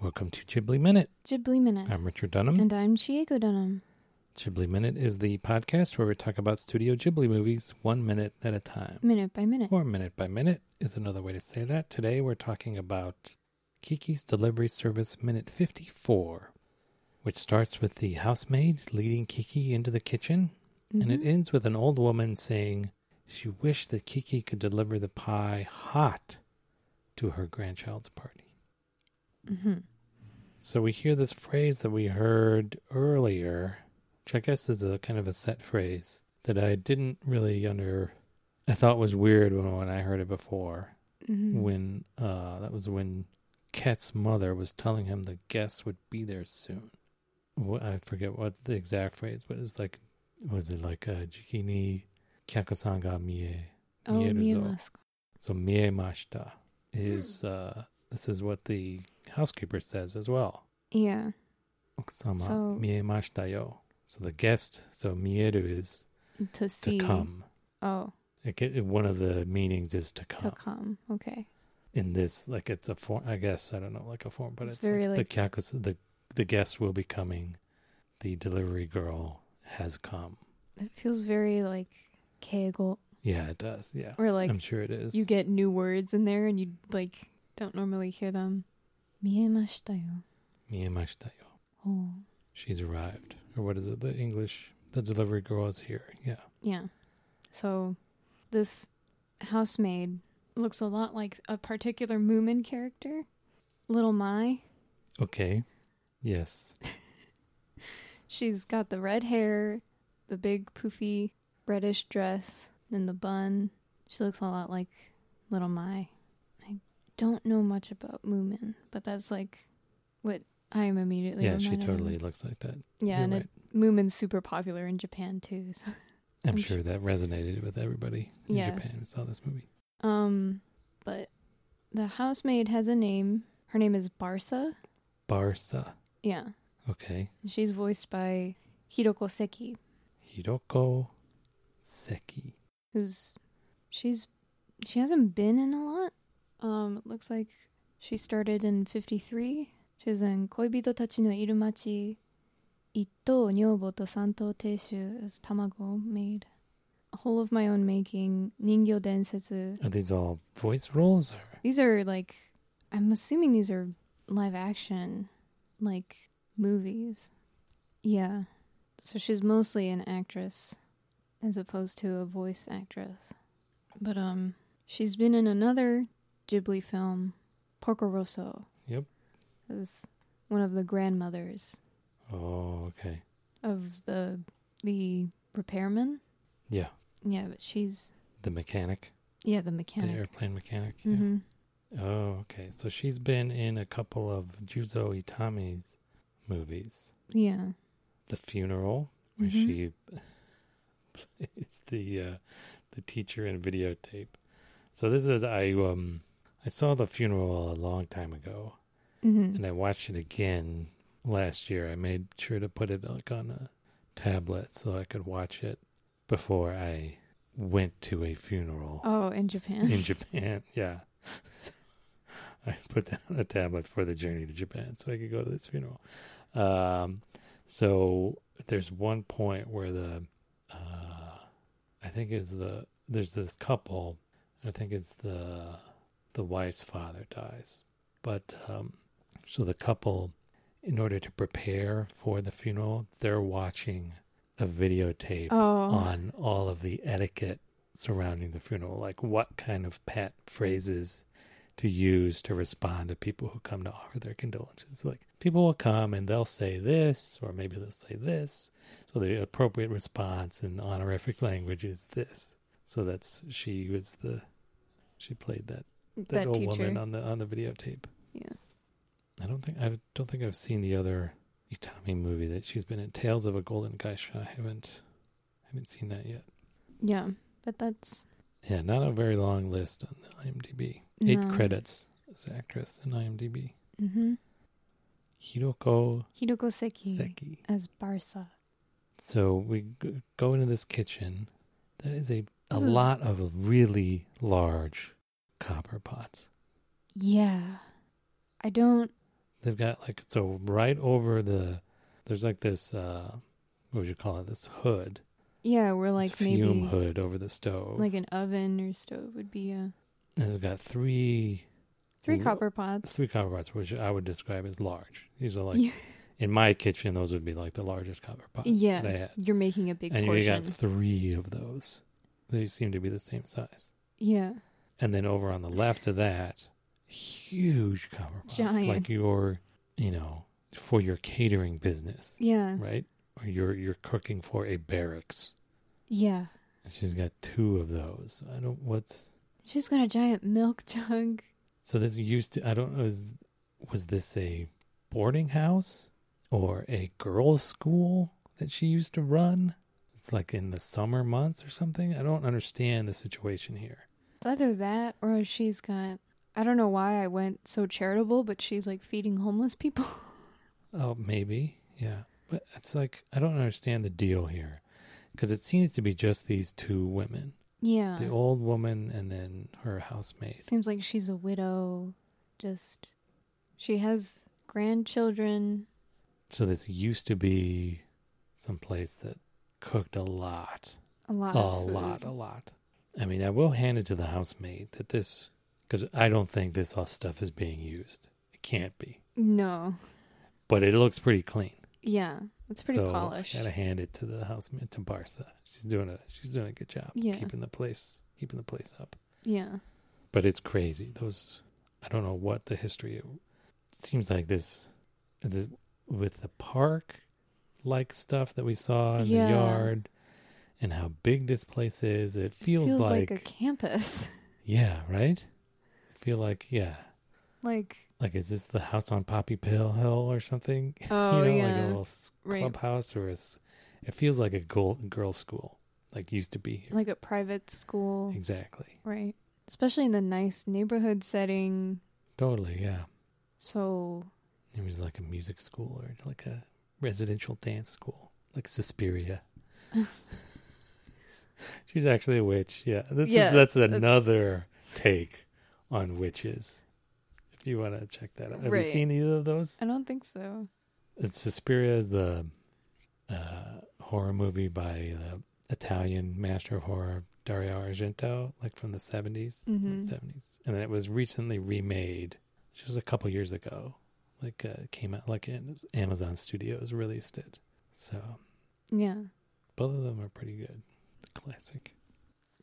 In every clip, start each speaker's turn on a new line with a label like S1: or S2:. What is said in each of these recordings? S1: Welcome to Ghibli Minute.
S2: Ghibli Minute.
S1: I'm Richard Dunham.
S2: and I'm Chieko Dunham.
S1: Ghibli Minute is the podcast where we talk about Studio Ghibli movies one minute at a time.
S2: Minute by minute.
S1: Or minute by minute is another way to say that. Today we're talking about Kiki's Delivery Service Minute 54, which starts with the housemaid leading Kiki into the kitchen,
S2: Mm-hmm.
S1: and it ends with an old woman saying she wished that Kiki could deliver the pie hot to her grandchild's party.
S2: Mm-hmm.
S1: So we hear this phrase that we heard earlier, which I guess is a kind of a set phrase that I didn't really under. I thought was weird when when I heard it before.
S2: hmm
S1: When uh, that was when Ket's mother was telling him the guests would be there soon. Wh- I forget what the exact phrase, but it's like, was it like uh, Jikini Kyakosanga Mie?
S2: Oh,
S1: Mieruzo.
S2: Miyamask.
S1: So mie mashita is uh, this is what the housekeeper says as well.
S2: Yeah.
S1: Okusama
S2: So-
S1: miemashita yo. So the guest, so mieru is
S2: To
S1: to
S2: see.
S1: come.
S2: Oh,
S1: It, ca- one of the meanings is to come.
S2: to come. Okay.
S1: In this, like it's a form. I guess I don't know, like a form, but it's,
S2: It's very
S1: like,
S2: like-
S1: the kakus, the the guest will be coming. The delivery girl has come.
S2: It feels very like kegel,
S1: Yeah, it does. Yeah,
S2: or like
S1: I'm sure it is.
S2: you get new words in there and you like don't normally hear them. Miyamashita yo.
S1: miemashita yo.
S2: Oh,
S1: She's arrived, or what is it? The English, the delivery girl is here. Yeah.
S2: yeah. So, this housemaid looks a lot like a particular Moomin character, Little Mai.
S1: Okay. Yes.
S2: She's got the red hair, the big poofy reddish dress, and the bun. She looks a lot like Little Mai. I don't know much about Moomin, but that's like what I am immediately.
S1: yeah, she
S2: reminded of.
S1: totally looks like that.
S2: Yeah,
S1: You're
S2: and
S1: right.
S2: it, Moomin's super popular in Japan too. So.
S1: I'm,
S2: I'm
S1: sure that resonated with everybody in
S2: Yeah.
S1: Japan who saw this movie.
S2: Um, but the housemaid has a name. Her name is Barsa.
S1: Barsa.
S2: Yeah,
S1: Okay.
S2: and she's voiced by Hiroko Seki,
S1: Hiroko Seki.
S2: who's she's she hasn't been in a lot. Um, it looks like she started in '53. She's in Koibito Tachi no Irumachi, Ito Nyobo to Santo Teishu as Tamago maid, A Whole of My Own Making, Ningyo Densetsu.
S1: Are these all voice roles or
S2: These are like I'm assuming these are live action, like movies. Yeah. So she's mostly an actress as opposed to a voice actress. But um she's been in another Ghibli film, Porco Rosso.
S1: Yep.
S2: As one of the grandmothers
S1: Oh, okay.
S2: of the the repairman.
S1: Yeah.
S2: Yeah, but she's
S1: The mechanic.
S2: yeah, the
S1: The
S2: mechanic.
S1: airplane mechanic.
S2: hmm
S1: Yeah. Oh, okay. So she's been in a couple of Juzo Itami's movies.
S2: Yeah.
S1: The funeral, where
S2: Mhm.
S1: she plays the uh, the teacher in videotape. So this is I um I saw the funeral a long time ago.
S2: hmm
S1: and I watched it again last year. I made sure to put it like on a tablet so I could watch it before I went to a funeral
S2: Oh, in Japan.
S1: in Japan. Yeah. So I put that on a tablet for the journey to Japan so I could go to this funeral. Um, so there's one point where the, uh, I think is the, there's this couple, I think it's the, the wife's father dies. But, um, so the couple, in order to prepare for the funeral, they're watching a videotape
S2: oh.
S1: on all of the etiquette surrounding the funeral, like what kind of pat phrases to use to respond to people who come to offer their condolences. Like people will come and they'll say this, or maybe they'll say this. So the appropriate response in honorific language is this. So that's she was the she played that that, old woman uh, on the on the videotape.
S2: Yeah.
S1: I don't think I don't think I've seen the other Itami movie that she's been in. Tales of a Golden Geisha. I haven't haven't seen that yet.
S2: Yeah, but that's
S1: Yeah, not a very long list on the IMDb. Eight
S2: No.
S1: credits as actress in IMDb.
S2: mm-hmm.
S1: Hiroko
S2: Hiroko Seki
S1: Seki.
S2: as Barsa.
S1: So we g- go into this kitchen. That is a a
S2: This is-
S1: lot of really large copper pots.
S2: Yeah, I don't.
S1: They've got like so right over the there's like this uh what would you call it? This hood.
S2: Yeah, we're
S1: this
S2: like
S1: fume
S2: maybe
S1: hood over the stove.
S2: like an oven or stove would be a
S1: and they've got three
S2: three
S1: Lo-
S2: copper pots.
S1: three copper pots, which I would describe as large. These are like
S2: Yeah.
S1: in my kitchen, those would be like the largest copper pot
S2: Yeah.
S1: that I had.
S2: You're making a big
S1: and you
S2: portion.
S1: got three of those. They seem to be the same size.
S2: yeah.
S1: And then over on the left of that, huge copper pots, like
S2: Giant.
S1: your, you know, for your catering business,
S2: Yeah.
S1: right? Or you're you're cooking for a barracks.
S2: Yeah.
S1: And she's got two of those. I don't what's
S2: She's got a giant milk jug.
S1: so this used to. I don't know. Is, was this a boarding house or a girls' school that she used to run? It's like in the summer months or something. I don't understand the situation here.
S2: It's either that or she's got I don't know why I went so charitable, but she's like feeding homeless people.
S1: Oh, maybe. Yeah. But it's like, I don't understand the deal here. Because it seems to be just these two women
S2: yeah.
S1: the old woman and then her housemaid.
S2: Seems like she's a widow. Just she has grandchildren.
S1: So this used to be some place that cooked a lot,
S2: A lot.
S1: a
S2: of food.
S1: lot, a lot. I mean, I will hand it to the housemaid that this, because I don't think this all stuff is being used. It can't be.
S2: No.
S1: But it looks pretty clean.
S2: Yeah. It's pretty
S1: so
S2: polished.
S1: I gotta hand it to the housemaid to Barsa. She's doing a she's doing a good job
S2: Yeah.
S1: keeping the place keeping the place up.
S2: Yeah.
S1: But it's crazy. Those I don't know what the history. It seems like this, the, with the park like stuff that we saw in
S2: Yeah.
S1: the yard, and how big this place is. It feels, like,
S2: a campus.
S1: yeah, right. I feel like yeah.
S2: like
S1: Like is this the house on Poppy Pill Hill or something?
S2: oh
S1: you know,
S2: yeah.
S1: like a little s-
S2: Right.
S1: clubhouse or a, s- it feels like a girl, girl school, like used to be here.
S2: like a private school.
S1: Exactly.
S2: Right. Especially in the nice neighborhood setting.
S1: Totally. Yeah.
S2: So
S1: It was like a music school or like a residential dance school, like Suspiria. She's actually a witch. Yeah. That's,
S2: Yeah,
S1: that's
S2: that's-
S1: another take on witches. If you want to check that out, have
S2: Right.
S1: you seen either of those?
S2: I don't think so.
S1: It's Suspiria is the uh, horror movie by the Italian master of horror Dario Argento, like from the 70s,
S2: Mhm.
S1: late 70s. And then it was recently remade just a couple years ago. Like uh, came out like in Amazon Studios released it. So
S2: Yeah.
S1: both of them are pretty good. Classic,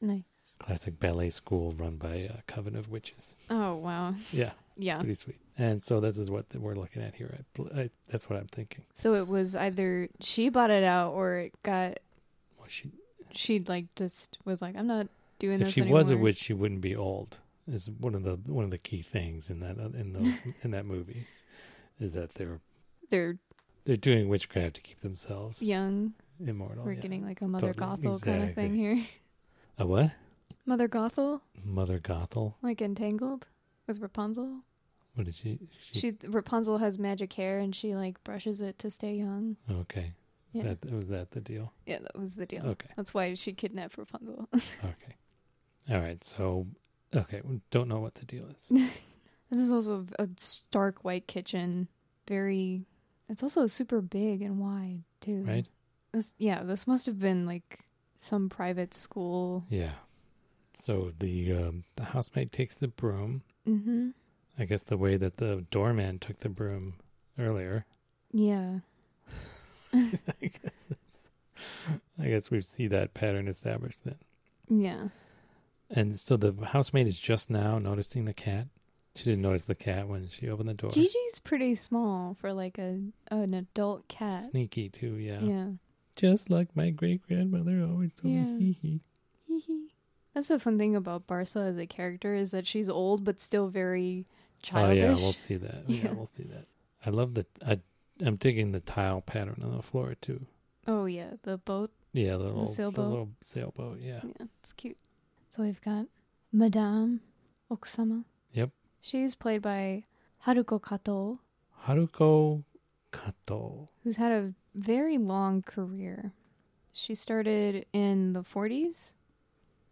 S2: Nice.
S1: classic ballet school run by uh, Coven of Witches.
S2: Oh wow.
S1: Yeah,
S2: Yeah.
S1: pretty sweet. And so this is what we're looking at here. I, I, that's what I'm thinking.
S2: So it was either she bought it out or it got
S1: Well, she
S2: she like just was like, I'm not doing
S1: if
S2: this
S1: she
S2: anymore.
S1: was a witch, she wouldn't be old. Is one of the one of the key things in that in those in that movie, is that they're
S2: They're
S1: they're doing witchcraft to keep themselves
S2: young.
S1: immortal.
S2: We're
S1: Oh, yeah.
S2: getting like a Mother
S1: Totally.
S2: Gothel kind of thing
S1: Exactly.
S2: here.
S1: a what?
S2: Mother Gothel,
S1: Mother Gothel?
S2: like entangled with Rapunzel.
S1: What did she? she,
S2: She Rapunzel has magic hair and she like brushes it to stay young.
S1: okay. Is
S2: Yeah.
S1: that was that the deal?
S2: Yeah, that was the deal.
S1: Okay.
S2: That's why she kidnapped Rapunzel.
S1: Okay. All right. So okay, we don't know what the deal is.
S2: this is also a stark white kitchen. Very. It's also super big and wide too.
S1: Right?
S2: This yeah. This must have been like some private school.
S1: Yeah. So the um, the housemaid takes the broom.
S2: Mm-hmm.
S1: I guess the way that the doorman took the broom earlier.
S2: Yeah.
S1: I guess that's- I guess we see that pattern established then.
S2: Yeah.
S1: And so the housemaid is just now noticing the cat. She didn't notice the cat when she opened the door.
S2: Gigi's pretty small for like a an adult cat.
S1: Sneaky too, yeah.
S2: Yeah.
S1: Just like my great grandmother always told
S2: Yeah.
S1: me. Hee hee.
S2: Hee hee. That's the fun thing about Barsa as a character is that she's old but still very
S1: Oh
S2: childish.
S1: yeah, we'll see that. Yeah.
S2: Yeah.
S1: we'll see that. I love the. I I'm digging the tile pattern on the floor too.
S2: Oh, yeah, the boat.
S1: Yeah, the little
S2: sailboat.
S1: little sailboat. Yeah,
S2: Yeah, it's cute. So we've got Madame Okusama.
S1: Yep.
S2: She's played by Haruko Kato,
S1: Haruko Kato.
S2: who's had a very long career. She started in the 40s.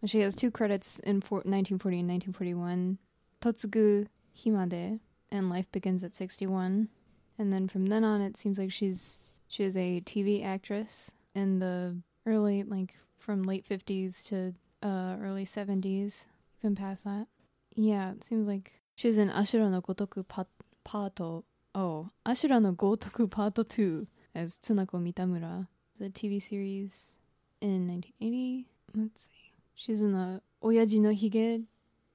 S2: and She has two credits in for- 1940 and 1941. Totsugu Himade and life begins at 61. And then from then on, it seems like she's she is a TV actress in the early like from late 50s to uh, early 70s, even past that. Yeah, it seems like she's in Ashura no Gotoku Pat- Pato. Oh, Ashura no Gotoku Pato 2 as Tsunako Mitamura, the TV series in 1980. Let's see. She's in the Oyaji no Hige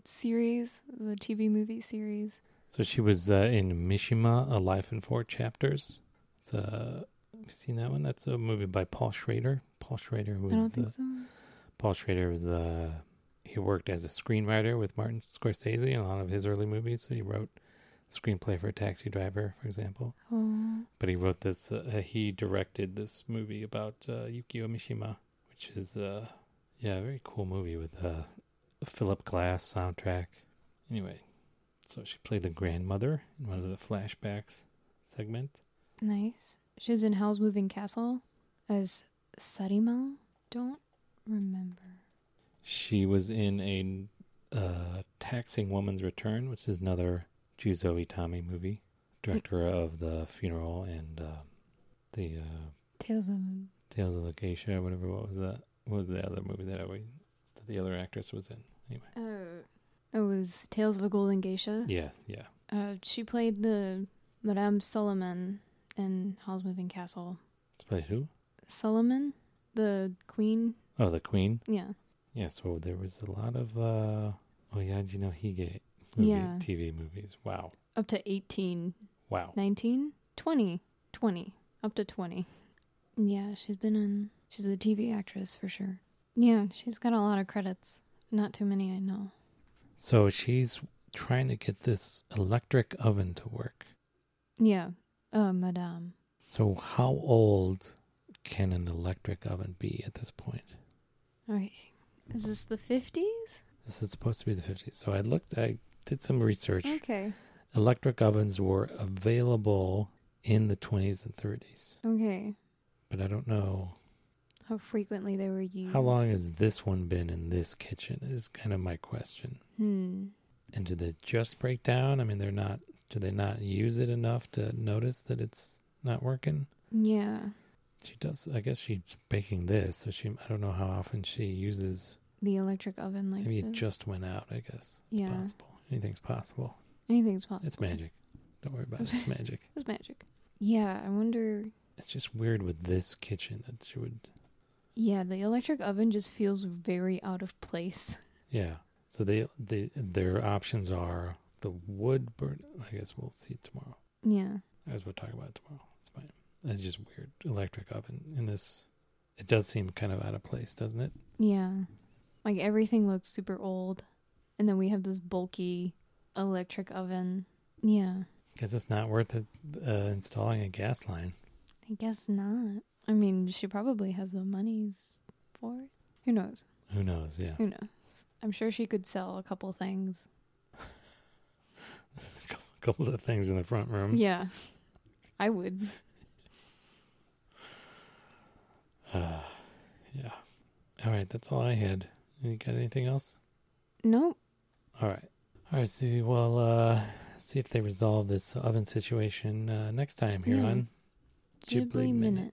S2: series, the TV movie series.
S1: So she was uh, in Mishima, A Life in Four Chapters. It's a have you seen that one? That's a movie by Paul Schrader. Paul Schrader
S2: I
S1: was
S2: don't
S1: the
S2: think so.
S1: Paul Schrader was the he worked as a screenwriter with Martin Scorsese in a lot of his early movies. So he wrote screenplay for Taxi Driver, for example.
S2: Oh,
S1: But he wrote this. Uh, he directed this movie about uh, Yukio Mishima, which is uh, yeah, a very cool movie with uh, a Philip Glass soundtrack. Anyway, so she played the grandmother in one of the flashbacks segment.
S2: nice. She's in Howl's Moving Castle as Sarima. Don't remember.
S1: She was in a uh, Taxing Woman's Return, which is another Juzo Itami movie. Director of the funeral and uh, the uh,
S2: Tales of
S1: Tales of the Geisha, or whatever. What was that? What was the other movie that I always, that the other actress was in? Anyway,
S2: oh, it was Tales of a Golden Geisha.
S1: yeah, yeah.
S2: Uh, she played the Madame Solomon in Howl's Moving Castle.
S1: It's played who?
S2: Solomon, the queen.
S1: Oh, the Queen.
S2: Yeah,
S1: Yeah. So there was a lot of uh, Oyaji no Hige movie,
S2: Yeah.
S1: TV movies. Wow,
S2: up to 18,
S1: wow.
S2: 19, 20, 20, up to 20. Yeah, she's been in. She's a TV actress for sure. Yeah, she's got a lot of credits. Not too many, I know.
S1: So she's trying to get this electric oven to work.
S2: Yeah, uh, Madame.
S1: So, how old can an electric oven be at this point?
S2: Okay, is this the 50s?
S1: This is supposed to be the 50s. So, I looked, I did some research.
S2: Okay.
S1: Electric ovens were available in the 20s and 30s,
S2: Okay.
S1: but I don't know
S2: How frequently they were used.
S1: how long has this one been in this kitchen, is kind of my question.
S2: Hmm.
S1: And did they just break down? I mean, they're not, do they not use it enough to notice that it's not working?
S2: Yeah.
S1: She does, I guess she's baking this, so she, I don't know how often she uses
S2: The electric oven, like
S1: Maybe it
S2: the-
S1: just went out, I guess. It's
S2: Yeah.
S1: possible. Anything's possible.
S2: anything's possible.
S1: It's magic. Don't worry about it. It's magic.
S2: It's magic. Yeah, I wonder.
S1: It's just weird with this kitchen that she would.
S2: Yeah, the electric oven just feels very out of place.
S1: Yeah. So they, they their options are the wood burn. I guess we'll see tomorrow.
S2: Yeah.
S1: I guess we'll talk about it tomorrow. It's fine. It's just weird. Electric oven in this. It does seem kind of out of place, doesn't it?
S2: Yeah. Like everything looks super old. And then we have this bulky electric oven. Yeah.
S1: Because it's not worth it uh, installing a gas line.
S2: I guess not. I mean, she probably has the monies for it. Who knows?
S1: Who knows? Yeah.
S2: Who knows? I'm sure she could sell a couple things.
S1: A couple of things in the front room.
S2: Yeah. I would.
S1: Uh, yeah. All right, that's all I had. You got anything else?
S2: Nope.
S1: All right. All right, see, well, uh, see if they resolve this oven situation uh, next time here
S2: Yeah.
S1: on
S2: Ghibli minute.